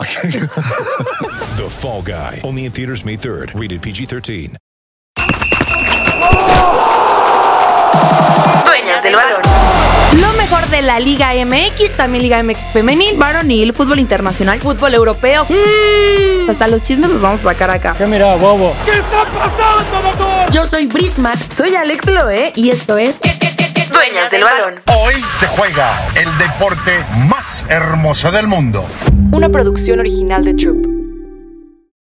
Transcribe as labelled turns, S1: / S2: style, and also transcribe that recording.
S1: The Fall Guy. Only in theaters May 3rd. Rated PG-13.
S2: Dueñas del balón.
S3: Lo mejor de la Liga MX, también Liga MX femenil, varonil, fútbol internacional, fútbol europeo. Mm, Hasta los chismes los vamos a sacar acá. ¿Qué mira, bobo? ¿Qué está pasando, doctor? Yo soy Brismat
S2: Soy Alex Loe.
S3: y esto es
S2: Dueñas del balón.
S4: Hoy se juega el deporte más hermoso del mundo.
S3: una producción original de Troop.